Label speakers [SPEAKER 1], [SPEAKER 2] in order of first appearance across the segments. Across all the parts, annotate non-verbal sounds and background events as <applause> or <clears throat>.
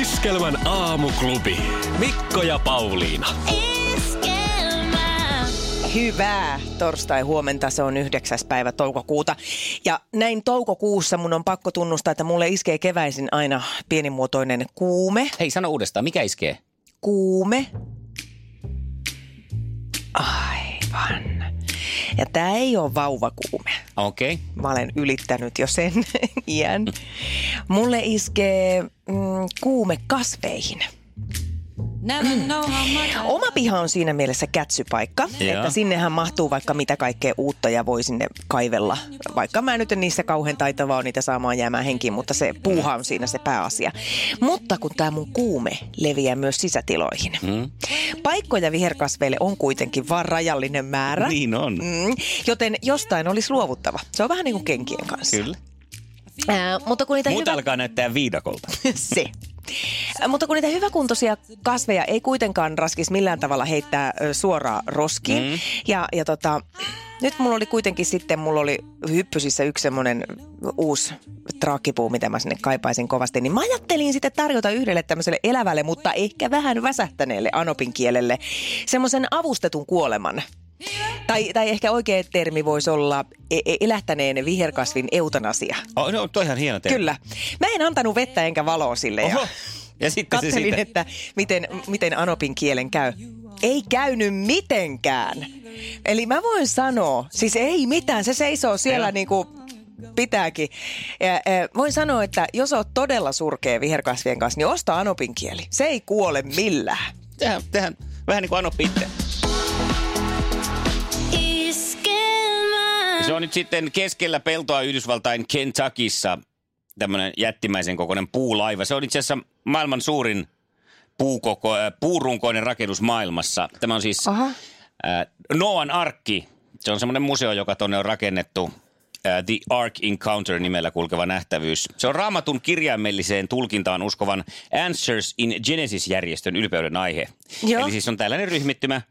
[SPEAKER 1] Iskelmän aamuklubi. Mikko ja Pauliina.
[SPEAKER 2] Hyvää torstai-huomenta, se on 9. päivä toukokuuta. Ja näin toukokuussa mun on pakko tunnustaa, että mulle iskee keväisin aina pienimuotoinen kuume.
[SPEAKER 3] Hei, sano uudestaan, mikä iskee?
[SPEAKER 2] Kuume. Aivan. Ja tämä ei ole vauvakuume.
[SPEAKER 3] Okei. Okay.
[SPEAKER 2] Mä olen ylittänyt jo sen <laughs> iän. Mulle iskee mm, kuume kasveihin. Oma piha on siinä mielessä kätsypaikka,
[SPEAKER 3] Joo.
[SPEAKER 2] että sinnehän mahtuu vaikka mitä kaikkea uutta ja voi sinne kaivella. Vaikka mä nyt en niissä kauhean taitava on niitä saamaan jäämään henkiin, mutta se puuha on siinä se pääasia. Mutta kun tämä mun kuume leviää myös sisätiloihin.
[SPEAKER 3] Mm.
[SPEAKER 2] Paikkoja viherkasveille on kuitenkin vaan rajallinen määrä.
[SPEAKER 3] Niin on.
[SPEAKER 2] Mm, joten jostain olisi luovuttava. Se on vähän niin kuin kenkien kanssa.
[SPEAKER 3] Kyllä.
[SPEAKER 2] Ää, mutta kun niitä
[SPEAKER 3] Muuta
[SPEAKER 2] hyvä...
[SPEAKER 3] alkaa näyttää viidakolta.
[SPEAKER 2] <laughs> se. Ää, Mutta kun niitä hyväkuntoisia kasveja ei kuitenkaan raskis millään tavalla heittää ö, suoraan roskiin. Mm. Ja, ja tota, nyt mulla oli kuitenkin sitten, mulla oli hyppysissä yksi semmoinen uusi traakkipuu, mitä mä sinne kaipaisin kovasti. Niin mä ajattelin sitten tarjota yhdelle tämmöiselle elävälle, mutta ehkä vähän väsähtäneelle anopin kielelle semmoisen avustetun kuoleman. Tai, tai ehkä oikea termi voisi olla e- e- elähtäneen viherkasvin eutanasia.
[SPEAKER 3] Oh, no, toi on ihan hieno teema.
[SPEAKER 2] Kyllä. Mä en antanut vettä enkä valoa sille ja
[SPEAKER 3] Oho. Ja sitten se
[SPEAKER 2] katselin,
[SPEAKER 3] siitä.
[SPEAKER 2] että miten, miten Anopin kielen käy. Ei käynyt mitenkään. Eli mä voin sanoa, siis ei mitään, se seisoo siellä
[SPEAKER 3] Joo.
[SPEAKER 2] niin kuin pitääkin. Ja, ja, voin sanoa, että jos oot todella surkea viherkasvien kanssa, niin osta Anopin kieli. Se ei kuole millään.
[SPEAKER 3] Tehän, tehän vähän niin kuin Anoppi itse. Se on nyt sitten keskellä peltoa Yhdysvaltain Kentuckissa tämmöinen jättimäisen kokoinen puulaiva. Se on itse asiassa maailman suurin puukoko, äh, puurunkoinen rakennus maailmassa. Tämä on siis
[SPEAKER 2] Aha.
[SPEAKER 3] äh, Noan arkki. Se on semmoinen museo, joka tuonne on rakennettu äh, The Ark Encounter nimellä kulkeva nähtävyys. Se on raamatun kirjaimelliseen tulkintaan uskovan Answers in Genesis-järjestön ylpeyden aihe.
[SPEAKER 2] Joo.
[SPEAKER 3] Eli siis on tällainen ryhmittymä,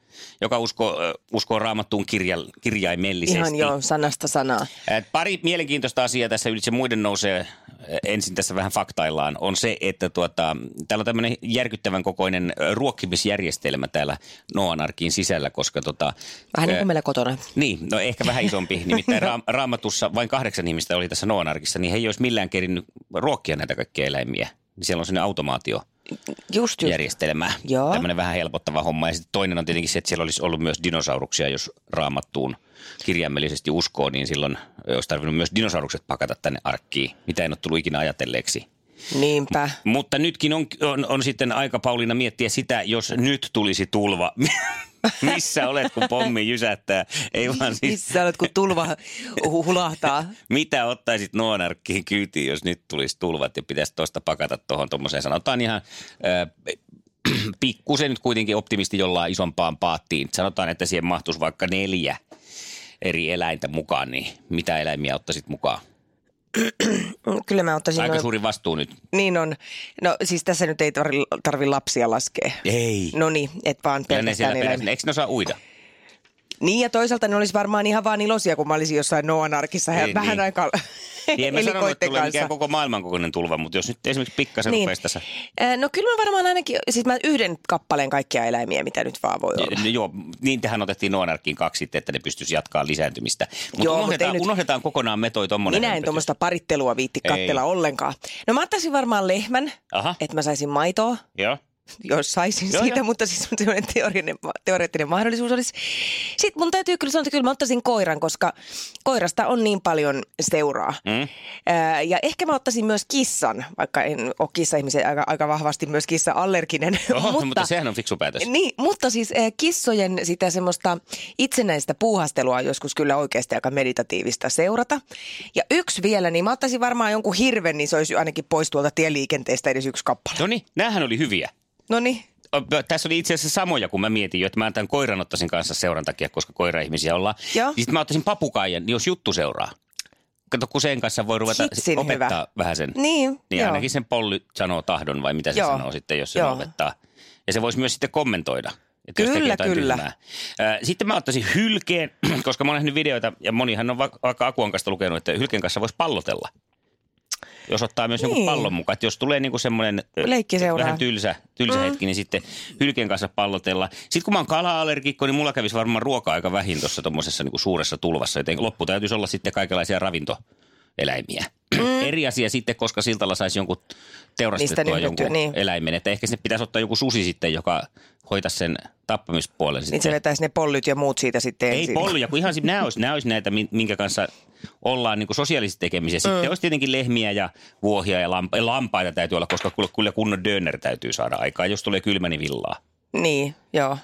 [SPEAKER 3] joka uskoo, äh, uskoo raamattuun kirja, kirjaimellisesti.
[SPEAKER 2] Ihan joo, sanasta sanaa.
[SPEAKER 3] Et Pari mielenkiintoista asiaa tässä ylitse muiden nousee, eh, ensin tässä vähän faktaillaan, on se, että tuota, täällä on tämmöinen järkyttävän kokoinen eh, ruokkimisjärjestelmä täällä Noanarkin sisällä, koska tota,
[SPEAKER 2] Vähän niin
[SPEAKER 3] eh,
[SPEAKER 2] kuin meillä kotona.
[SPEAKER 3] niin, no ehkä
[SPEAKER 2] <laughs>
[SPEAKER 3] vähän isompi. Nimittäin ra- raamatussa vain kahdeksan ihmistä oli tässä Noanarkissa, niin he ei olisi millään kerinnyt ruokkia näitä kaikkia eläimiä. Niin siellä on sellainen automaatio
[SPEAKER 2] Just, just.
[SPEAKER 3] järjestelmä.
[SPEAKER 2] Joo.
[SPEAKER 3] Tämmöinen vähän helpottava homma. Ja sitten toinen on tietenkin se, että siellä olisi ollut myös dinosauruksia, jos raamattuun kirjaimellisesti uskoo, niin silloin olisi tarvinnut myös dinosaurukset pakata tänne arkkiin, mitä en ole tullut ikinä ajatelleeksi.
[SPEAKER 2] Niinpä.
[SPEAKER 3] Mutta nytkin on, on, on sitten aika, Pauliina, miettiä sitä, jos nyt tulisi tulva. <laughs> Missä olet, kun pommi jysättää? Ei <laughs> vaan siis,
[SPEAKER 2] Missä olet, kun
[SPEAKER 3] <laughs>
[SPEAKER 2] tulva hu- hulahtaa?
[SPEAKER 3] mitä ottaisit Noanarkkiin kyytiin, jos nyt tulisi tulvat ja pitäisi tuosta pakata tuohon tuommoiseen, sanotaan ihan ö, <clears throat> pikkusen nyt kuitenkin optimisti jollain isompaan paattiin. Sanotaan, että siihen mahtuisi vaikka neljä eri eläintä mukaan, niin mitä eläimiä ottaisit mukaan?
[SPEAKER 2] Kyllä mä ottaisin
[SPEAKER 3] Aika
[SPEAKER 2] noin-
[SPEAKER 3] suuri vastuu nyt.
[SPEAKER 2] Niin on. No siis tässä nyt ei tarvi, tarvi lapsia laskea.
[SPEAKER 3] Ei.
[SPEAKER 2] No niin, et vaan
[SPEAKER 3] Ja ne siellä
[SPEAKER 2] pelkästään
[SPEAKER 3] perässä,
[SPEAKER 2] eläimiä.
[SPEAKER 3] eikö ne osaa uida?
[SPEAKER 2] Niin ja toisaalta ne olisi varmaan ihan vaan iloisia, kun mä olisin jossain Noan arkissa ja
[SPEAKER 3] Niin,
[SPEAKER 2] vähän
[SPEAKER 3] niin.
[SPEAKER 2] aikaa
[SPEAKER 3] Niin
[SPEAKER 2] <laughs>
[SPEAKER 3] en mä sanonut, että
[SPEAKER 2] elikoitten
[SPEAKER 3] tulee mikään
[SPEAKER 2] kanssa.
[SPEAKER 3] koko maailman kokoinen tulva, mutta jos nyt esimerkiksi pikkasen niin.
[SPEAKER 2] Niin.
[SPEAKER 3] rupeaisi tässä.
[SPEAKER 2] Eh, No kyllä mä varmaan ainakin, siis mä yhden kappaleen kaikkia eläimiä, mitä nyt vaan voi olla.
[SPEAKER 3] No, joo, niin tähän otettiin Noanarkin kaksi sitten, että ne pystyisi jatkaa lisääntymistä. Mutta
[SPEAKER 2] Joo, mut
[SPEAKER 3] unohdetaan,
[SPEAKER 2] ei nyt-
[SPEAKER 3] unohdetaan kokonaan metoi tommonen.
[SPEAKER 2] Minä en
[SPEAKER 3] hömpötys.
[SPEAKER 2] tuommoista parittelua viitti
[SPEAKER 3] Ei.
[SPEAKER 2] kattella ollenkaan. No mä ottaisin varmaan lehmän,
[SPEAKER 3] Aha.
[SPEAKER 2] <laughs> että mä saisin maitoa.
[SPEAKER 3] Joo.
[SPEAKER 2] jos saisin
[SPEAKER 3] Joo,
[SPEAKER 2] joo, siitä,
[SPEAKER 3] joo.
[SPEAKER 2] joo. mutta siis on sellainen teoreettinen, teoreettinen mahdollisuus olisi. Sitten mun täytyy kyllä sanoa, että kyllä mä ottaisin koiran, koska koirasta on niin paljon seuraa.
[SPEAKER 3] Mm.
[SPEAKER 2] Ää, ja ehkä mä ottaisin myös kissan, vaikka en ole kissa-ihmisen aika, aika vahvasti myös kissa-allerginen.
[SPEAKER 3] Oho, no, mutta, mutta sehän on fiksu päätös.
[SPEAKER 2] Niin, mutta siis eh, kissojen sitä semmoista itsenäistä puuhastelua on joskus kyllä oikeasti aika meditatiivista seurata. Ja yksi vielä, niin mä ottaisin varmaan jonkun hirven, niin se olisi ainakin pois tuolta tieliikenteestä edes yksi kappale.
[SPEAKER 3] No niin, näähän oli hyviä.
[SPEAKER 2] No niin,
[SPEAKER 3] O, ö, Tässä oli itse asiassa samoja, kun mä mietin jo, että mä tämän koiran ottaisin kanssa seuran takia, koska koira-ihmisiä ollaan.
[SPEAKER 2] Joo.
[SPEAKER 3] Sitten mä ottaisin papukaijan, niin jos juttu seuraa. Kato, kun sen kanssa voi ruveta
[SPEAKER 2] Hitsin
[SPEAKER 3] opettaa
[SPEAKER 2] hyvä.
[SPEAKER 3] vähän sen.
[SPEAKER 2] niin,
[SPEAKER 3] Niin
[SPEAKER 2] joo.
[SPEAKER 3] ainakin sen polly sanoo tahdon vai mitä se joo.
[SPEAKER 2] Joo.
[SPEAKER 3] sanoo sitten, jos se
[SPEAKER 2] Joo.
[SPEAKER 3] opettaa. Ja se voisi myös sitten kommentoida. Että jos
[SPEAKER 2] Kyllä,
[SPEAKER 3] tekee jotain
[SPEAKER 2] kyllä.
[SPEAKER 3] tyhmää. Ö, Sitten mä ottaisin hylkeen, <clears throat> koska mä oon nähnyt videoita ja monihan on va- vaikka Akuan kanssa lukenut, että hylkeen kanssa voisi pallotella. Jos ottaa myös niin. jonkun
[SPEAKER 2] Niin.
[SPEAKER 3] pallon mukaan. Että jos tulee niinku semmoinen ö,
[SPEAKER 2] Leikki seuraa.
[SPEAKER 3] vähän tylsä, tylsä mm. hetki, niin sitten hylkeen kanssa pallotella. Sitten kun mä oon kala-allergikko, niin mulla kävisi varmaan ruoka aika vähin tuossa tuommoisessa niinku suuressa tulvassa. Joten loppu täytyisi olla sitten kaikenlaisia ravintoeläimiä.
[SPEAKER 2] Mm.
[SPEAKER 3] Eri asia sitten, koska siltalla saisi jonkun teurastettua
[SPEAKER 2] Niistä
[SPEAKER 3] jonkun
[SPEAKER 2] nimettyä, niin.
[SPEAKER 3] eläimen. Että ehkä sinne pitäisi ottaa joku susi sitten, joka hoitaisi sen tappamispuolen.
[SPEAKER 2] Niin se
[SPEAKER 3] sitten.
[SPEAKER 2] vetäisi ne pollyt ja muut siitä sitten
[SPEAKER 3] Ei
[SPEAKER 2] ensin.
[SPEAKER 3] polluja, kun ihan si- nämä olisi, nämä olisi näitä, min- minkä kanssa ollaan niin sosiaalisesti tekemisissä. Sitten mm. olisi tietenkin lehmiä ja vuohia ja lampa- lampaita täytyy olla, koska kyllä- kyllä kunnon döner täytyy saada aikaan, jos tulee kylmä, niin villaa.
[SPEAKER 2] Niin, joo.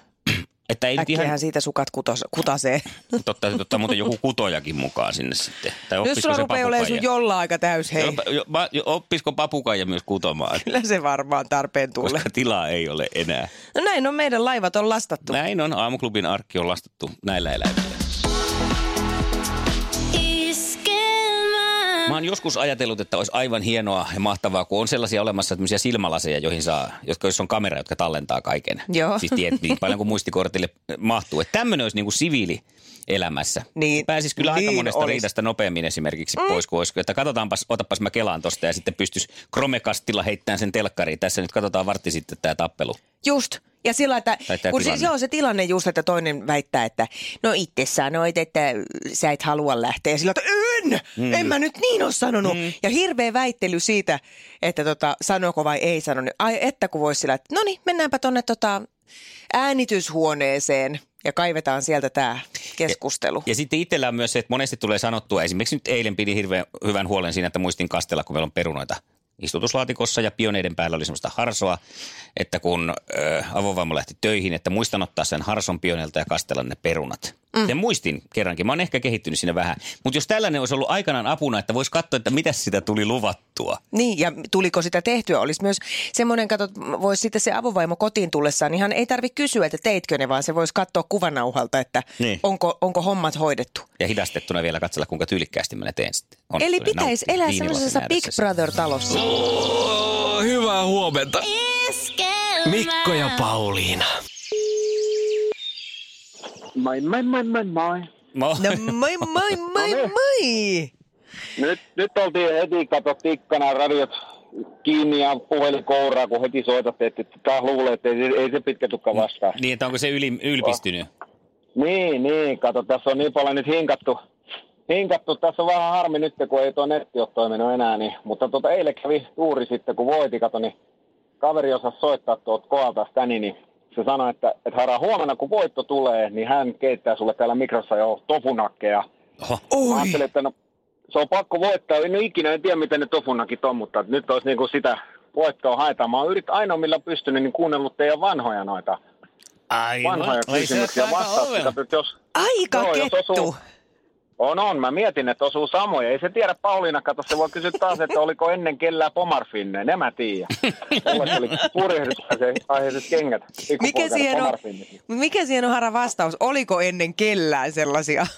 [SPEAKER 3] Että ei nyt
[SPEAKER 2] Äkkiähän
[SPEAKER 3] ihan,
[SPEAKER 2] siitä sukat kutos, kutasee.
[SPEAKER 3] totta, täytyy ottaa muuten joku kutojakin mukaan sinne sitten. Tai
[SPEAKER 2] Nyt
[SPEAKER 3] oppisiko
[SPEAKER 2] sulla
[SPEAKER 3] se
[SPEAKER 2] rupeaa olemaan
[SPEAKER 3] papukaija?
[SPEAKER 2] sun jolla aika täys, hei.
[SPEAKER 3] Jo- jo- ma- jo- Oppisiko papukaija myös kutomaan,
[SPEAKER 2] Kyllä se varmaan tarpeen tulee.
[SPEAKER 3] koska tilaa ei ole enää.
[SPEAKER 2] No näin on, meidän laivat on lastattu.
[SPEAKER 3] Näin on, aamuklubin arkki on lastattu näillä eläimillä. Mä oon joskus ajatellut, että olisi aivan hienoa ja mahtavaa, kun on sellaisia olemassa tämmöisiä silmälaseja, joihin saa, jotka jos on kamera, jotka tallentaa kaiken.
[SPEAKER 2] Joo.
[SPEAKER 3] Siis tiedät, niin paljon kuin muistikortille mahtuu. Että tämmöinen olisi niin kuin siviili elämässä.
[SPEAKER 2] Niin,
[SPEAKER 3] Pääsis kyllä aika
[SPEAKER 2] niin
[SPEAKER 3] monesta
[SPEAKER 2] olisi.
[SPEAKER 3] riidasta nopeammin esimerkiksi mm. pois, kun olisi, että katsotaanpas, otapas mä kelaan tosta ja sitten pystyisi kromekastilla heittämään sen telkkariin. Tässä nyt katsotaan vartti sitten tämä tappelu.
[SPEAKER 2] Just. Ja sillä, että
[SPEAKER 3] Tai tää
[SPEAKER 2] kun siis
[SPEAKER 3] tilanne.
[SPEAKER 2] joo, se tilanne just, että toinen väittää, että no itse sanoit, että sä et halua lähteä. Ja sillä, että en, mm. en mä nyt niin ole sanonut. Mm. Ja hirveä väittely siitä, että tota, sanooko vai ei sanonut. Ai että kun voisi sillä, että no niin, mennäänpä tonne tota, äänityshuoneeseen ja kaivetaan sieltä tämä keskustelu.
[SPEAKER 3] Ja sitten itsellä on myös se, että monesti tulee sanottua, esimerkiksi nyt eilen pidi hirveän hyvän huolen siinä, että muistin kastella, kun meillä on perunoita istutuslaatikossa ja pioneiden päällä oli semmoista harsoa, että kun ö, avovamma lähti töihin, että muistan ottaa sen harson pioneelta ja kastella ne perunat. Mm. Ja muistin kerrankin, mä oon ehkä kehittynyt siinä vähän, mutta jos tällainen olisi ollut aikanaan apuna, että voisi katsoa, että mitä sitä tuli luvattua.
[SPEAKER 2] Niin, ja tuliko sitä tehtyä? Olisi myös semmoinen, kato, voisi sitten se avovaimo kotiin tullessaan, niin hän ei tarvitse kysyä, että teitkö ne, vaan se voisi katsoa kuvanauhalta, että
[SPEAKER 3] Niin.
[SPEAKER 2] niin. onko, onko hommat hoidettu.
[SPEAKER 3] Ja hidastettuna vielä katsella, kuinka tyylikkäästi mä ne teen sitten.
[SPEAKER 2] Eli
[SPEAKER 3] Onnistuneen
[SPEAKER 2] pitäisi
[SPEAKER 3] nauttia
[SPEAKER 2] elää
[SPEAKER 3] viinilasin siis.
[SPEAKER 2] semmoisessa Big
[SPEAKER 3] ääressä No sitten.
[SPEAKER 2] Brother-talossa.
[SPEAKER 1] Oh, Hyvää huomenta. Mikko ja Pauliina.
[SPEAKER 4] Moi, moi, moi, moi, moi.
[SPEAKER 3] Moi.
[SPEAKER 2] No moi, moi, moi,
[SPEAKER 3] niin.
[SPEAKER 2] moi!
[SPEAKER 4] Nyt, nyt oltiin heti, kato tikkana radiot kiinni ja puhelin kouraa, kun heti soitatte, että taas luulee, että ei, se- ei se pitkä tukka vastaa.
[SPEAKER 3] <laughs> Niin, että onko se yli, ylpistynyt?
[SPEAKER 4] Niin, niin, kato, tässä on niin paljon nyt hinkattu. Hinkattu, tässä on vähän harmi nyt, kun ei tuo netti ole toiminut enää, niin, mutta tuota, eilen kävi juuri sitten, kun voiti, kato, niin kaveri osasi soittaa tuolta koalta Stani, niin se sanoi, että, että Hara, huomenna kun voitto tulee, niin hän keittää sulle täällä mikrossa jo tofunakkeja.
[SPEAKER 3] Oho.
[SPEAKER 4] Mä ajattelin, että no, se on pakko voittaa. En ole ikinä en tiedä, miten ne tofunakit on, mutta nyt olisi niin kuin sitä voittoa haetaan. Mä oon yrit, ainoa, millä pystynyt, niin kuunnellut teidän vanhoja noita
[SPEAKER 3] Aivan.
[SPEAKER 4] vanhoja kysymyksiä vastauksia. Katsot, jos,
[SPEAKER 2] Aika
[SPEAKER 4] Joo, jos
[SPEAKER 2] kettu!
[SPEAKER 4] osuu- on, on. Mä mietin, että osuu samoja. Ei se tiedä, Pauliina, kato, se voi kysyä taas, että oliko ennen kellään pomarfinne. En mä tiedä. Mulla oli purjehdusaiheiset kengät.
[SPEAKER 2] Mikä
[SPEAKER 4] Pikkupoikana
[SPEAKER 2] siihen, on,
[SPEAKER 4] Pomarfinne.
[SPEAKER 2] mikä siihen on hara vastaus? Oliko ennen kellään sellaisia? <laughs>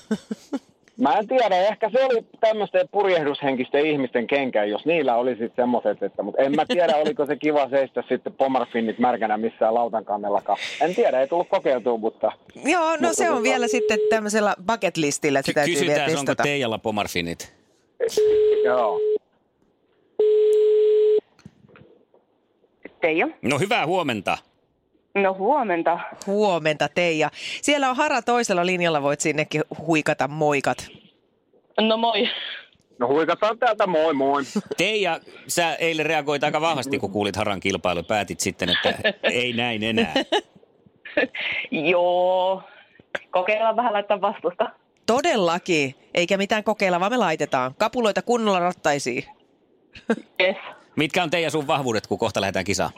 [SPEAKER 4] Mä en tiedä, ehkä se oli tämmöisten purjehdushenkisten ihmisten kenkä, jos niillä oli sitten semmoiset, että, mutta en mä tiedä, oliko se kiva seistä sitten pomarfinnit märkänä missään lautan kannellakaan. En tiedä, ei tullut kokeiltua, mutta
[SPEAKER 2] Joo, no se on vielä sitten tämmöisellä bucket listillä, että se täytyy vielä
[SPEAKER 3] Kysytään, onko
[SPEAKER 2] testata.
[SPEAKER 3] teijalla pomarfinit.
[SPEAKER 4] joo.
[SPEAKER 5] Teija.
[SPEAKER 3] No hyvää huomenta.
[SPEAKER 5] No huomenta.
[SPEAKER 2] Huomenta Teija. Siellä on Hara toisella linjalla, voit sinnekin huikata moikat.
[SPEAKER 5] No moi.
[SPEAKER 4] No huikataan täältä, moi moi.
[SPEAKER 3] Teija, sä eilen reagoit aika vahvasti, kun kuulit Haran kilpailu. Päätit
[SPEAKER 2] <laughs>
[SPEAKER 3] sitten, että ei näin enää.
[SPEAKER 5] Joo. Kokeillaan vähän laittaa vastusta.
[SPEAKER 2] Todellakin. Eikä mitään kokeilla, vaan me laitetaan. Kapuloita kunnolla rattaisiin.
[SPEAKER 5] Yes.
[SPEAKER 3] Mitkä on teidän sun vahvuudet, kun kohta lähdetään kisaan?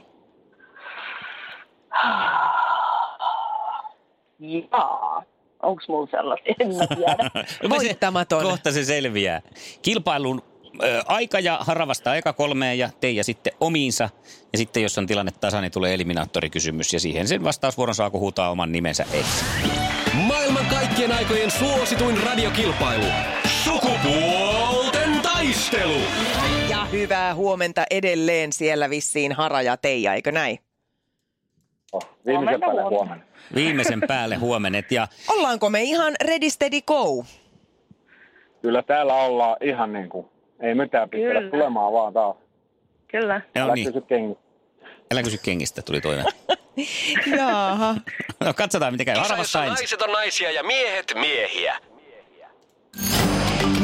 [SPEAKER 5] Jaa. Onks mulla sellaisia? En mä
[SPEAKER 2] <laughs>
[SPEAKER 5] tiedä.
[SPEAKER 3] No me se-
[SPEAKER 2] Voittamaton.
[SPEAKER 3] Kohta se selviää. Kilpailun ö, aika ja Hara vastaa eka kolmeen ja Teija sitten omiinsa. Ja sitten jos on tilanne tasa, niin tulee eliminaattorikysymys ja siihen sen vastausvuoron saa, kun huutaa oman nimensä ei.
[SPEAKER 1] Maailman kaikkien aikojen suosituin radiokilpailu. Sukupuolten taistelu.
[SPEAKER 2] Ja hyvää huomenta edelleen siellä vissiin Hara ja Teija, eikö näin?
[SPEAKER 4] Oh, Viimeisen
[SPEAKER 5] Huomenna,
[SPEAKER 4] päälle
[SPEAKER 5] huomenna.
[SPEAKER 4] huomenna.
[SPEAKER 3] Viimeisen päälle huomenet ja
[SPEAKER 2] Ollaanko me ihan ready, steady, go?
[SPEAKER 4] Kyllä täällä ollaan ihan niin kuin, ei mitään pistellä
[SPEAKER 5] Kyllä.
[SPEAKER 4] tulemaan vaan taas.
[SPEAKER 5] Kyllä.
[SPEAKER 3] no
[SPEAKER 4] Älä
[SPEAKER 3] niin,
[SPEAKER 4] kysy kengi.
[SPEAKER 3] älä kysy kengistä, tuli toinen.
[SPEAKER 2] Jaaha.
[SPEAKER 3] No katsotaan, miten käy. Hara vastaa ensin.
[SPEAKER 1] naiset on naisia ja miehet miehiä.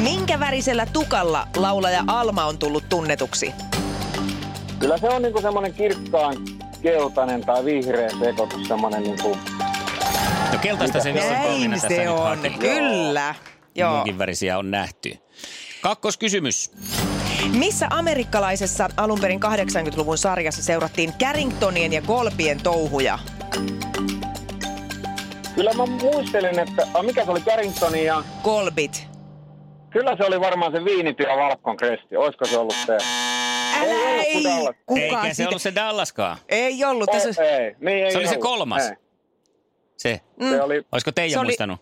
[SPEAKER 2] Minkä värisellä tukalla laulaja Alma on tullut tunnetuksi?
[SPEAKER 4] Kyllä se on niin kuin semmoinen kirkkaan keltainen tai vihreä sekoitus, semmoinen niin kuin,
[SPEAKER 3] No keltaista se vissiin
[SPEAKER 2] Näin
[SPEAKER 3] polvina tässä
[SPEAKER 2] se
[SPEAKER 3] nyt
[SPEAKER 2] on,
[SPEAKER 3] haki.
[SPEAKER 2] kyllä. Joo.
[SPEAKER 3] Muunkin värisiä on nähty. Kakkoskysymys.
[SPEAKER 2] Missä amerikkalaisessa alunperin 80-luvun sarjassa seurattiin Carringtonien ja Kolpien touhuja?
[SPEAKER 4] kyllä mä muistelin, että a, mikä se oli Carringtoni ja
[SPEAKER 2] Kolbit.
[SPEAKER 4] kyllä se oli varmaan se viinityö Valkon Cresti. Olisiko se ollut se?
[SPEAKER 2] Älä
[SPEAKER 4] Ei
[SPEAKER 2] ei,
[SPEAKER 4] ollut Dallas.
[SPEAKER 2] kukaan
[SPEAKER 3] Eikä se
[SPEAKER 2] sitä-
[SPEAKER 3] ollut se Dallaskaan.
[SPEAKER 2] Ei ollut. Tässä...
[SPEAKER 4] ei, ei, niin ei
[SPEAKER 3] Se oli se
[SPEAKER 4] ollut.
[SPEAKER 3] kolmas.
[SPEAKER 4] Ei.
[SPEAKER 3] Se.
[SPEAKER 4] Se
[SPEAKER 2] Mm.
[SPEAKER 4] oli,
[SPEAKER 3] Olisiko Teija
[SPEAKER 2] Se oli-
[SPEAKER 3] muistanut?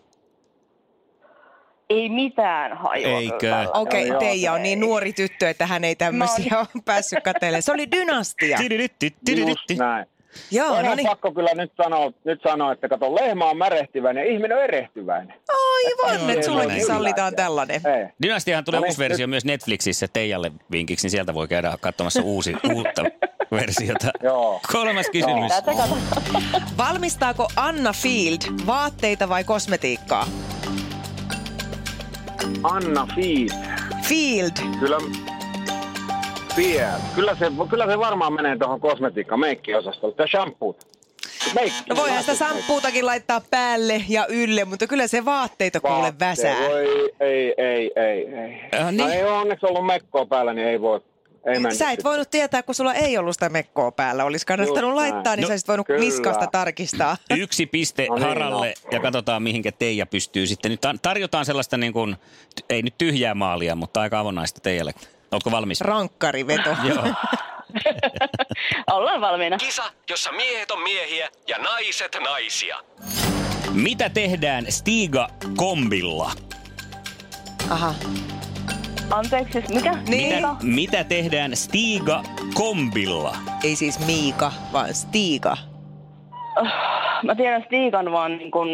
[SPEAKER 5] Ei mitään hajua.
[SPEAKER 3] Eikö?
[SPEAKER 5] kyllä.
[SPEAKER 2] Okei,
[SPEAKER 4] Joo,
[SPEAKER 2] okay,
[SPEAKER 4] joo,
[SPEAKER 2] Teija on niin nuori tyttö, että hän ei
[SPEAKER 4] No
[SPEAKER 2] tämmöisiä
[SPEAKER 4] niin.
[SPEAKER 2] ole päässyt katselemaan. Se oli dynastia.
[SPEAKER 3] Tididytti,
[SPEAKER 4] just
[SPEAKER 3] tididytti.
[SPEAKER 4] näin.
[SPEAKER 2] Joo,
[SPEAKER 4] Tämä
[SPEAKER 2] no
[SPEAKER 4] on
[SPEAKER 2] niin.
[SPEAKER 4] pakko kyllä nyt sanoa, nyt sanoa, että kato, lehmä on märehtiväinen ja ihminen on erehtyväinen.
[SPEAKER 2] Aivan,
[SPEAKER 3] Joo,
[SPEAKER 2] että sullekin
[SPEAKER 3] näin.
[SPEAKER 2] sallitaan tällainen.
[SPEAKER 4] Ei.
[SPEAKER 3] Dynastiahan tulee
[SPEAKER 4] No niin,
[SPEAKER 3] uusi versio myös Netflixissä Teijalle vinkiksi, niin sieltä voi käydä katsomassa uusi, uutta versiota.
[SPEAKER 4] Joo.
[SPEAKER 3] Kolmas kysymys.
[SPEAKER 5] Tätä katsotaan.
[SPEAKER 2] Valmistaako Anna Field vaatteita vai kosmetiikkaa?
[SPEAKER 4] Anna Fiis.
[SPEAKER 2] Field.
[SPEAKER 4] Kyllä, Fiel. kyllä, se, kyllä se varmaan menee tuohon kosmetiikka meikkiosastolle. Tämä shampoo. Meikki.
[SPEAKER 2] No voihan sitä samppuutakin laittaa päälle ja ylle, mutta kyllä se vaatteita kuule
[SPEAKER 4] Vaatteet.
[SPEAKER 2] väsää.
[SPEAKER 4] Voi, ei, ei, ei, ei.
[SPEAKER 3] Äh, niin.
[SPEAKER 4] No ei ole onneksi ollut mekkoa päällä, niin ei voi. Ei mennyt.
[SPEAKER 2] Sä et voinut tietää, kun sulla ei ollut sitä mekkoa päällä. Olisi kannattanut
[SPEAKER 4] Just näin.
[SPEAKER 2] laittaa, niin
[SPEAKER 3] No,
[SPEAKER 2] sä olisit voinut
[SPEAKER 4] kyllä.
[SPEAKER 2] miskasta tarkistaa.
[SPEAKER 3] Yksi piste
[SPEAKER 4] No niin,
[SPEAKER 3] Haralle ja katsotaan mihinkä Teija pystyy sitten. Nyt tar- tarjotaan sellaista niin kuin, t- ei nyt tyhjää maalia, mutta aika avonaista Teijalle. Oletko valmis?
[SPEAKER 2] Rankkariveto.
[SPEAKER 3] <laughs> Joo.
[SPEAKER 5] <laughs> Ollaan valmiina.
[SPEAKER 1] Kisa, jossa miehet on miehiä ja naiset naisia.
[SPEAKER 3] Mitä tehdään Stiga kombilla?
[SPEAKER 2] Aha.
[SPEAKER 5] Anteeksi, siis mikä?
[SPEAKER 2] Niin.
[SPEAKER 3] Mitä, mitä tehdään Stiga kombilla?
[SPEAKER 2] Ei siis Miika, vaan Stiika.
[SPEAKER 5] Mä tiedän Stiikan vaan niin kun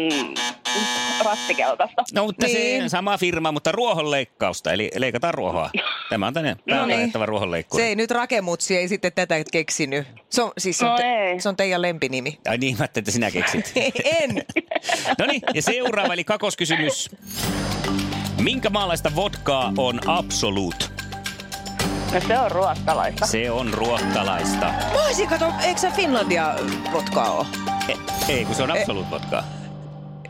[SPEAKER 5] rattikeltaista.
[SPEAKER 3] No mutta niin. se
[SPEAKER 2] Niin.
[SPEAKER 3] sama firma, mutta ruohonleikkausta, eli leikataan ruohoa. Tämä on tänne päällä ruohonleikkuri.
[SPEAKER 2] Se ei nyt rakemutsi, ei sitten tätä keksinyt. Se on, siis se on,
[SPEAKER 5] No
[SPEAKER 2] te,
[SPEAKER 5] ei.
[SPEAKER 2] se on teidän lempinimi. <laughs>
[SPEAKER 3] Ai niin, mä ajattelin, että sinä keksit.
[SPEAKER 2] en.
[SPEAKER 3] No niin, ja seuraava, eli kakoskysymys. Minkä maalaista vodkaa on Absolut?
[SPEAKER 5] No se on ruotsalaista.
[SPEAKER 3] Se on ruottalaista.
[SPEAKER 2] Mä olisin kato, eikö se Finlandia votkaa ole?
[SPEAKER 3] E- ei, kun se on Absolut vodkaa.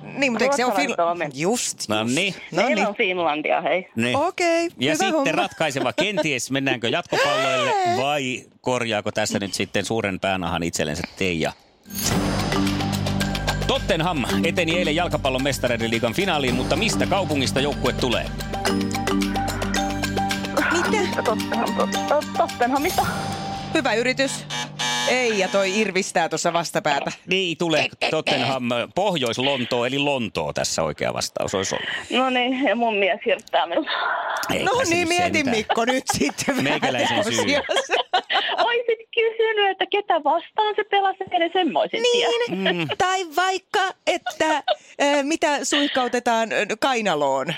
[SPEAKER 2] Niin, mutta eikö se ole
[SPEAKER 5] Ruotsalaiset on
[SPEAKER 2] Finlandia?
[SPEAKER 5] mennyt.
[SPEAKER 2] Just.
[SPEAKER 3] No niin.
[SPEAKER 2] No
[SPEAKER 5] Meillä
[SPEAKER 2] niin.
[SPEAKER 5] on Finlandia, hei.
[SPEAKER 3] Ne.
[SPEAKER 2] Okei,
[SPEAKER 3] Ja
[SPEAKER 2] hyvä
[SPEAKER 3] sitten
[SPEAKER 2] homma.
[SPEAKER 3] ratkaiseva, kenties mennäänkö jatkopalloille vai korjaako tässä nyt sitten suuren päänahan itsellensä Teija? Tottenham eteni eilen jalkapallon mestareiden liigan finaaliin, mutta mistä kaupungista joukkue tulee?
[SPEAKER 2] Mitä?
[SPEAKER 5] Tottenhamista.
[SPEAKER 2] Hyvä yritys. Ei, ja toi irvistää tuossa vastapäätä.
[SPEAKER 3] Niin, tulee Tottenham Pohjois-Lontoo, eli Lontoo tässä oikea vastaus olisi ollut.
[SPEAKER 5] No niin, ja mun mies hirttää minulta.
[SPEAKER 3] Ei
[SPEAKER 2] no
[SPEAKER 3] tässä
[SPEAKER 2] niin,
[SPEAKER 3] nyt
[SPEAKER 2] mieti
[SPEAKER 3] sentään.
[SPEAKER 2] Mikko nyt sitten. vähän
[SPEAKER 3] <laughs> Meikäläisen syy. <laughs>
[SPEAKER 2] tosiasiassa.
[SPEAKER 5] Oisit kysynyt, että ketä vastaan se pelasi, niin sen mä oisin tiennyt.
[SPEAKER 2] Niin,
[SPEAKER 3] Mm.
[SPEAKER 2] tai vaikka, että äh, mitä suihkautetaan äh, kainaloon.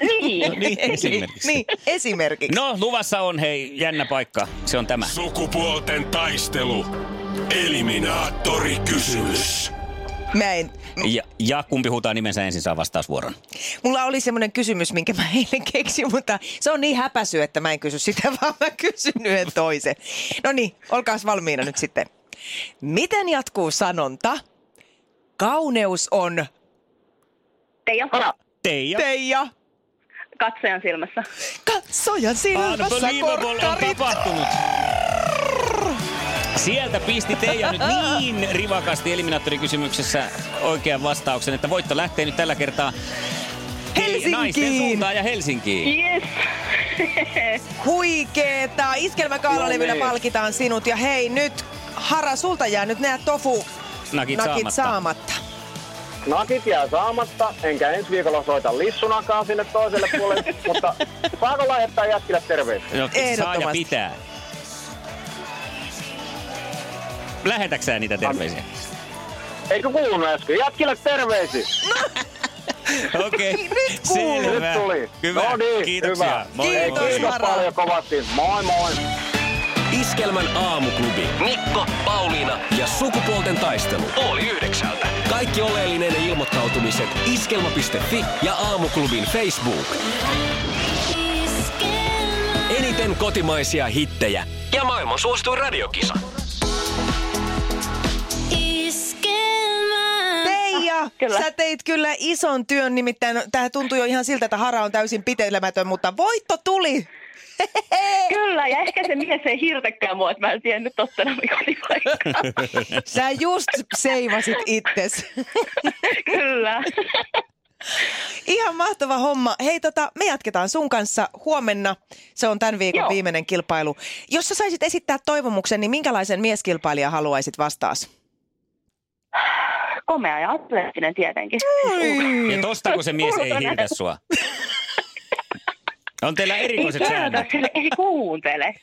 [SPEAKER 5] Niin.
[SPEAKER 3] No niin, esimerkiksi.
[SPEAKER 2] niin, esimerkiksi.
[SPEAKER 3] No, luvassa on, hei, jännä paikka. Se on tämä. No.
[SPEAKER 1] Sukupuolten taistelu. Eliminaattori kysymys.
[SPEAKER 2] Mä en.
[SPEAKER 3] Ja, ja kumpi huutaa nimensä ensin saa vastausvuoron.
[SPEAKER 2] Mulla oli semmoinen kysymys, minkä mä eilen keksin, mutta se on niin häpäisy, että mä en kysy sitä, <laughs> vaan mä kysyn yhden toisen. No niin, olkaas valmiina nyt sitten. Miten jatkuu sanonta? Kauneus on
[SPEAKER 5] Teija,
[SPEAKER 3] Teija.
[SPEAKER 2] teija
[SPEAKER 5] katsojan silmässä.
[SPEAKER 2] katsojan silmässä
[SPEAKER 3] Unbelievable on
[SPEAKER 2] korkkarit.
[SPEAKER 3] tapahtunut. Sieltä pisti
[SPEAKER 2] <laughs>
[SPEAKER 3] Teija nyt niin rivakasti eliminaattorikysymyksessä oikean vastauksen, että voitto lähtee nyt tällä kertaa naisten
[SPEAKER 2] Helsinkiin!
[SPEAKER 3] suuntaan ja Helsinkiin.
[SPEAKER 5] Yes.
[SPEAKER 2] Huikeeta! Iskelmäkaulalevyllä
[SPEAKER 4] No niin.
[SPEAKER 2] palkitaan sinut ja hei nyt Hara, sulta jää nyt nämä tofu
[SPEAKER 3] Nakit saamatta.
[SPEAKER 2] saamatta.
[SPEAKER 4] Nakit jää saamatta, enkä ensi viikolla soita lissunakaan sinne toiselle
[SPEAKER 3] <laughs>
[SPEAKER 4] puolelle, mutta saako lähettää jätkille terveisiä?
[SPEAKER 3] No, saa ja
[SPEAKER 2] Ehdottomasti.
[SPEAKER 3] pitää. Lähetäksää niitä terveisiä?
[SPEAKER 4] Eikö kuulunut äsken? Jätkille terveisiä!
[SPEAKER 3] Okei.
[SPEAKER 2] <laughs> Nyt kuuluu.
[SPEAKER 4] Nyt
[SPEAKER 3] Selvä.
[SPEAKER 4] tuli.
[SPEAKER 3] Hyvä.
[SPEAKER 4] No niin,
[SPEAKER 3] Kiitoksia.
[SPEAKER 4] hyvä.
[SPEAKER 3] Moi,
[SPEAKER 4] Ei,
[SPEAKER 2] Kiitos,
[SPEAKER 3] moi.
[SPEAKER 4] Kiitos
[SPEAKER 2] Mara.
[SPEAKER 4] paljon kovasti. Moi moi.
[SPEAKER 1] Iskelmän aamuklubi. Mikko, Pauliina ja sukupuolten taistelu. Oli yhdeksältä. Kaikki oleellinen ilmoittautumiset iskelma.fi ja aamuklubin Facebook. Eniten kotimaisia hittejä ja maailman suosituin radiokisa.
[SPEAKER 2] Teija,
[SPEAKER 5] Ah, Kyllä.
[SPEAKER 2] sä teit kyllä ison työn, nimittäin tämä tuntuu jo ihan siltä, että Hara on täysin pitelemätön, mutta voitto tuli.
[SPEAKER 5] Kyllä, ja ehkä se mies ei hirtäkään mua, että mä en tiennyt tottena kotipaikkaa.
[SPEAKER 2] Sä just seivasit itses.
[SPEAKER 5] Kyllä.
[SPEAKER 2] Ihan mahtava homma. Hei, tota, me jatketaan sun kanssa huomenna. Se on tämän viikon
[SPEAKER 5] Joo.
[SPEAKER 2] viimeinen kilpailu. Jos sä saisit esittää toivomuksen, niin minkälaisen mieskilpailija haluaisit vastaas?
[SPEAKER 5] Komea ja atleettinen tietenkin. Niin.
[SPEAKER 3] Ja tosta kun se mies ei
[SPEAKER 5] Ulkona.
[SPEAKER 3] hirtä sua. On teillä erikoiset
[SPEAKER 5] ei
[SPEAKER 3] säännöt.
[SPEAKER 5] kerrota sille, ei kuuntele.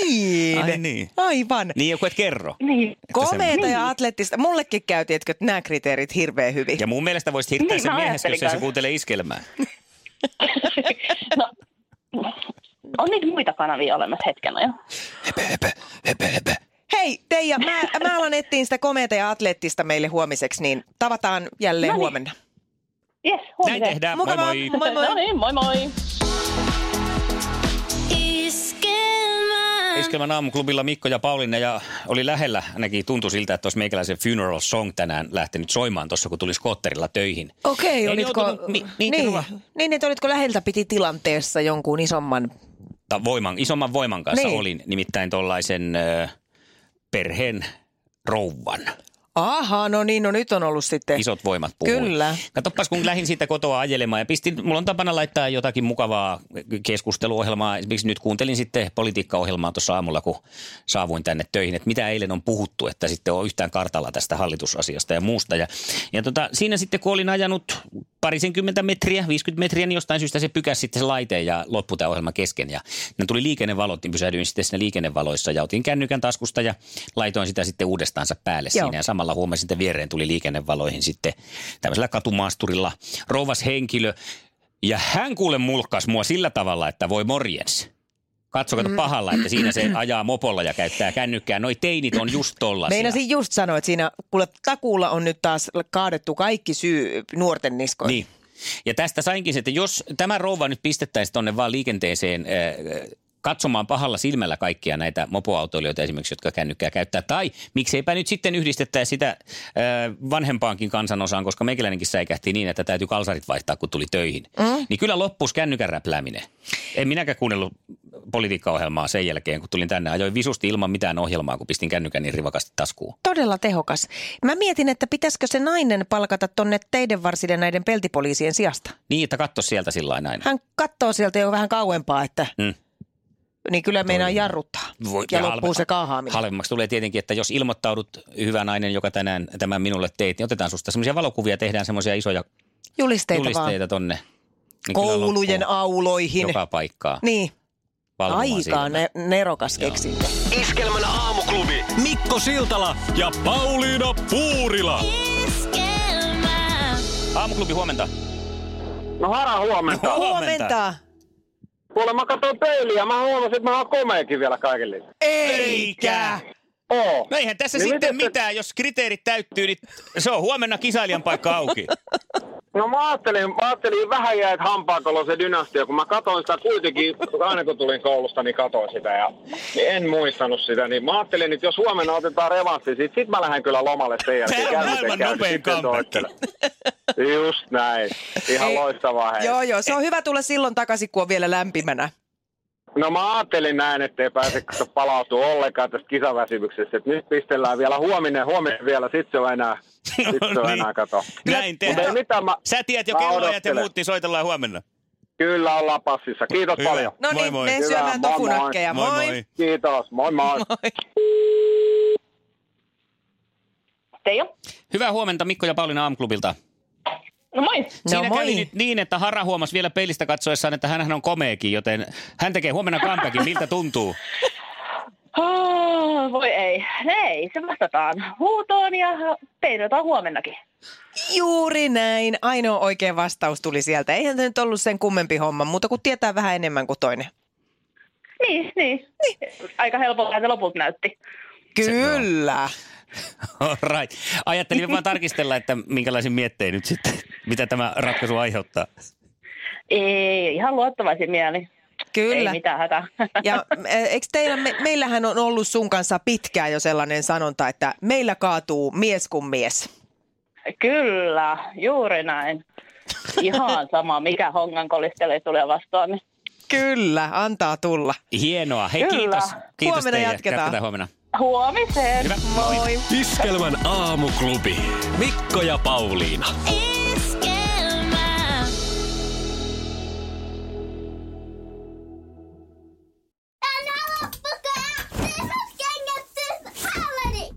[SPEAKER 2] Niin.
[SPEAKER 3] Ai niin.
[SPEAKER 2] Aivan.
[SPEAKER 3] Niin joku et kerro.
[SPEAKER 5] Niin.
[SPEAKER 2] Komeita
[SPEAKER 5] Niin.
[SPEAKER 2] ja atlettista. Mullekin käy, tiedätkö, nämä kriteerit hirveän hyvin.
[SPEAKER 3] Ja mun mielestä voisit hirttää
[SPEAKER 5] Niin,
[SPEAKER 3] sen
[SPEAKER 5] mä
[SPEAKER 3] miehes,
[SPEAKER 5] ajattelin
[SPEAKER 3] jos ei se
[SPEAKER 5] kanssa.
[SPEAKER 3] kuuntelee iskelmää.
[SPEAKER 5] No, on niitä muita kanavia olemassa hetken ajan.
[SPEAKER 2] Hei Teija, mä, mä alan etsiä sitä komeita ja atleettista meille huomiseksi, niin tavataan jälleen
[SPEAKER 5] No niin.
[SPEAKER 2] huomenna.
[SPEAKER 5] Yes,
[SPEAKER 3] Näin
[SPEAKER 5] huomiseen.
[SPEAKER 3] tehdään. Moi
[SPEAKER 2] Mukavaa.
[SPEAKER 3] moi.
[SPEAKER 2] Moi moi.
[SPEAKER 5] No niin, moi moi.
[SPEAKER 3] Iskelmän aamuklubilla Mikko ja Pauliina ja oli lähellä, ainakin tuntui siltä, että olisi meikäläisen funeral song tänään lähtenyt soimaan tuossa, kun tuli skotterilla töihin.
[SPEAKER 2] Okei,
[SPEAKER 3] Ei
[SPEAKER 2] olitko...
[SPEAKER 3] joutunut- mi- niin,
[SPEAKER 2] niin,
[SPEAKER 3] kerro
[SPEAKER 2] niin, että olitko läheltä piti tilanteessa jonkun isomman...
[SPEAKER 3] Ta- voiman, isomman voiman kanssa
[SPEAKER 2] Niin.
[SPEAKER 3] olin, nimittäin tuollaisen ö, perheen rouvan.
[SPEAKER 2] Aha, no niin, no nyt on ollut sitten...
[SPEAKER 3] Isot voimat puhui.
[SPEAKER 2] Kyllä.
[SPEAKER 3] Katsopas, kun lähdin siitä kotoa ajelemaan ja pistin, mulla on tapana laittaa jotakin mukavaa keskusteluohjelmaa. Esimerkiksi nyt kuuntelin sitten politiikkaohjelmaa tuossa aamulla, kun saavuin tänne töihin, että mitä eilen on puhuttu, että sitten on yhtään kartalla tästä hallitusasiasta ja muusta. Ja, ja tota, siinä sitten, kun olin ajanut parisenkymmentä metriä, 50 metriä, niin jostain syystä se pykäsi sitten se laite ja loppui tämä ohjelma kesken. Ja ne tuli liikennevalot, niin pysähdyin sitten siinä liikennevaloissa ja otin kännykän taskusta ja laitoin sitä sitten uudestaansa päälle
[SPEAKER 2] Joo.
[SPEAKER 3] siinä. Ja samalla huomasin, että viereen tuli liikennevaloihin sitten tämmöisellä katumaasturilla rouvas henkilö. Ja hän kuule mulkkas mua sillä tavalla, että voi morjens. Katso,
[SPEAKER 2] Mm.
[SPEAKER 3] kato pahalla, että
[SPEAKER 2] <clears throat>
[SPEAKER 3] siinä se ajaa mopolla ja käyttää kännykkää. Noi teinit on just tollasia.
[SPEAKER 2] Meinasin just sanoa, että siinä kuule takuulla on nyt taas kaadettu kaikki syy nuorten niskoihin.
[SPEAKER 3] Niin. Ja tästä sainkin se, että jos tämä rouva nyt pistettäisiin tonne vaan liikenteeseen äh, katsomaan pahalla silmällä kaikkia näitä mopoautoilijoita esimerkiksi, jotka kännykkää käyttää. Tai mikseipä nyt sitten yhdistettäisiin sitä äh, vanhempaankin kansanosaan, koska meikäläinenkin säikähti niin, että täytyy kalsarit vaihtaa, kun tuli töihin. Mm. Niin kyllä loppus kännykän räplääminen. En minäkään kuunnellut politiikkaohjelmaa sen jälkeen, kun tulin tänne. Ajoin visusti ilman mitään ohjelmaa, kun pistin kännykän niin rivakasti taskuun.
[SPEAKER 2] Todella tehokas. Mä mietin, että pitäisikö se nainen palkata tonne teidän varsille näiden peltipoliisien sijasta.
[SPEAKER 3] Niin, että katso sieltä sillä lailla aina.
[SPEAKER 2] Hän katsoo sieltä jo vähän kauempaa, että
[SPEAKER 3] Mm.
[SPEAKER 2] niin kyllä meinaa jarruttaa.
[SPEAKER 3] Voi-
[SPEAKER 2] ja
[SPEAKER 3] halve-
[SPEAKER 2] loppuu se kaahaaminen.
[SPEAKER 3] Halvemmaksi tulee tietenkin, että jos ilmoittaudut, hyvä nainen, joka tänään tämän minulle teit, niin otetaan susta semmoisia valokuvia, tehdään semmoisia isoja
[SPEAKER 2] Julisteita, Julisteita
[SPEAKER 3] julisteita tonne. Niin kyllä loppuu
[SPEAKER 2] koulujen auloihin.
[SPEAKER 3] Joka paikkaa.
[SPEAKER 2] Niin,
[SPEAKER 3] valvomaan
[SPEAKER 2] aika
[SPEAKER 3] silmää.
[SPEAKER 2] ne, nerokas keksintö.
[SPEAKER 1] Iskelmän aamuklubi. Mikko Siltala ja Pauliina Puurila.
[SPEAKER 3] Aamuklubi huomenta.
[SPEAKER 4] No hara
[SPEAKER 3] <laughs>
[SPEAKER 4] huomenta.
[SPEAKER 2] Huomenta.
[SPEAKER 4] Kuule mä katsoin peiliä ja mä huomasin, että mä oon komeakin vielä kaikille.
[SPEAKER 2] Eikä.
[SPEAKER 4] Oo.
[SPEAKER 3] No eihän tässä
[SPEAKER 4] Niin
[SPEAKER 3] niin sitten
[SPEAKER 4] miten se-
[SPEAKER 3] mitään, jos kriteerit täyttyy, niin se on huomenna kisailijan paikka
[SPEAKER 4] <laughs>
[SPEAKER 3] auki.
[SPEAKER 4] No mä ajattelin, mä ajattelin vähän jäi, että hampaakolo se dynastia, kun mä katsoin sitä kuitenkin, aina kun tulin koulusta, niin katsoin sitä ja niin en muistanut sitä, niin mä ajattelin, että jos huomenna otetaan revanssi, sit, sit mä lähden kyllä lomalle sen jälkeen.
[SPEAKER 3] Tää on
[SPEAKER 4] Käy miten
[SPEAKER 3] maailman
[SPEAKER 4] käy, niin
[SPEAKER 3] nopein
[SPEAKER 4] sitten
[SPEAKER 3] comeback.
[SPEAKER 4] soittelen. Just näin. Ihan
[SPEAKER 2] Ei-
[SPEAKER 4] loistavaa hei.
[SPEAKER 2] Joo, joo, se on hyvä tulla silloin takaisin, kun on vielä lämpimänä.
[SPEAKER 4] No mä ajattelin näin, ettei pääse palautua ollenkaan tästä kisaväsymyksestä. Et nyt pistellään vielä huominen, huominen vielä, sit se
[SPEAKER 3] <laughs>
[SPEAKER 4] on enää, sit se on enää kato.
[SPEAKER 3] No niin. Näin
[SPEAKER 4] Mutta ei
[SPEAKER 3] tehdään.
[SPEAKER 4] mitään, mä,
[SPEAKER 3] Sä tiedät jo
[SPEAKER 4] Mä
[SPEAKER 3] kelloajat ja
[SPEAKER 4] odottelen.
[SPEAKER 3] muut, niin soitellaan huomenna.
[SPEAKER 4] kyllä ollaan passissa. Kiitos
[SPEAKER 3] Hyvä.
[SPEAKER 4] paljon.
[SPEAKER 2] No
[SPEAKER 3] Moi,
[SPEAKER 2] niin,
[SPEAKER 3] moi.
[SPEAKER 2] mene
[SPEAKER 4] Hyvä,
[SPEAKER 2] syömään
[SPEAKER 4] moi, moi.
[SPEAKER 2] tofunakkeja.
[SPEAKER 3] Moi moi.
[SPEAKER 4] Kiitos, moi moi.
[SPEAKER 2] moi.
[SPEAKER 5] Teijo?
[SPEAKER 3] Hyvää huomenta Mikko ja Pauliina Aamuklubilta.
[SPEAKER 5] No moi.
[SPEAKER 3] Siinä
[SPEAKER 2] No moi.
[SPEAKER 3] kävi nyt niin, että Hara huomasi vielä peilistä katsoessaan, että hän on komeekin, joten hän tekee huomenna comebackin. Miltä
[SPEAKER 2] <laughs>
[SPEAKER 3] tuntuu?
[SPEAKER 5] Oh, voi ei. Ei, se vastataan huutoon ja peidotaan huomennakin.
[SPEAKER 2] Juuri näin. Ainoa oikea vastaus tuli sieltä. Eihän se nyt ollut sen kummempi homma, mutta kun tietää vähän enemmän kuin toinen.
[SPEAKER 5] Niin, niin. niin. Aika helpolta se lopulta näytti.
[SPEAKER 2] Kyllä.
[SPEAKER 3] All right. Ajattelin vaan tarkistella, että minkälaisen miettein nyt sitten, mitä tämä ratkaisu aiheuttaa.
[SPEAKER 5] Ei, ihan luottavaisin mieli.
[SPEAKER 2] Kyllä.
[SPEAKER 5] Ei mitään hätää.
[SPEAKER 2] <laughs>
[SPEAKER 5] <laughs>
[SPEAKER 2] Ja e, eikö teillä, me, meillähän on ollut sun kanssa pitkään jo sellainen sanonta, että meillä kaatuu mies kuin mies.
[SPEAKER 5] Kyllä, juuri näin. Ihan sama, mikä hongan kolistelee tulee vastaan. Niin.
[SPEAKER 2] Kyllä, antaa tulla.
[SPEAKER 3] Hienoa. Hei,
[SPEAKER 5] Kyllä.
[SPEAKER 3] kiitos. Kiitos
[SPEAKER 2] Huomenna
[SPEAKER 3] teille.
[SPEAKER 2] jatketaan.
[SPEAKER 3] jatketaan huomenna.
[SPEAKER 5] Huomiseen.
[SPEAKER 3] Hyvä.
[SPEAKER 5] Moi.
[SPEAKER 1] Iskelmän aamuklubi. Mikko ja Pauliina.
[SPEAKER 6] Esquema. And I love This is Genghis' holiday.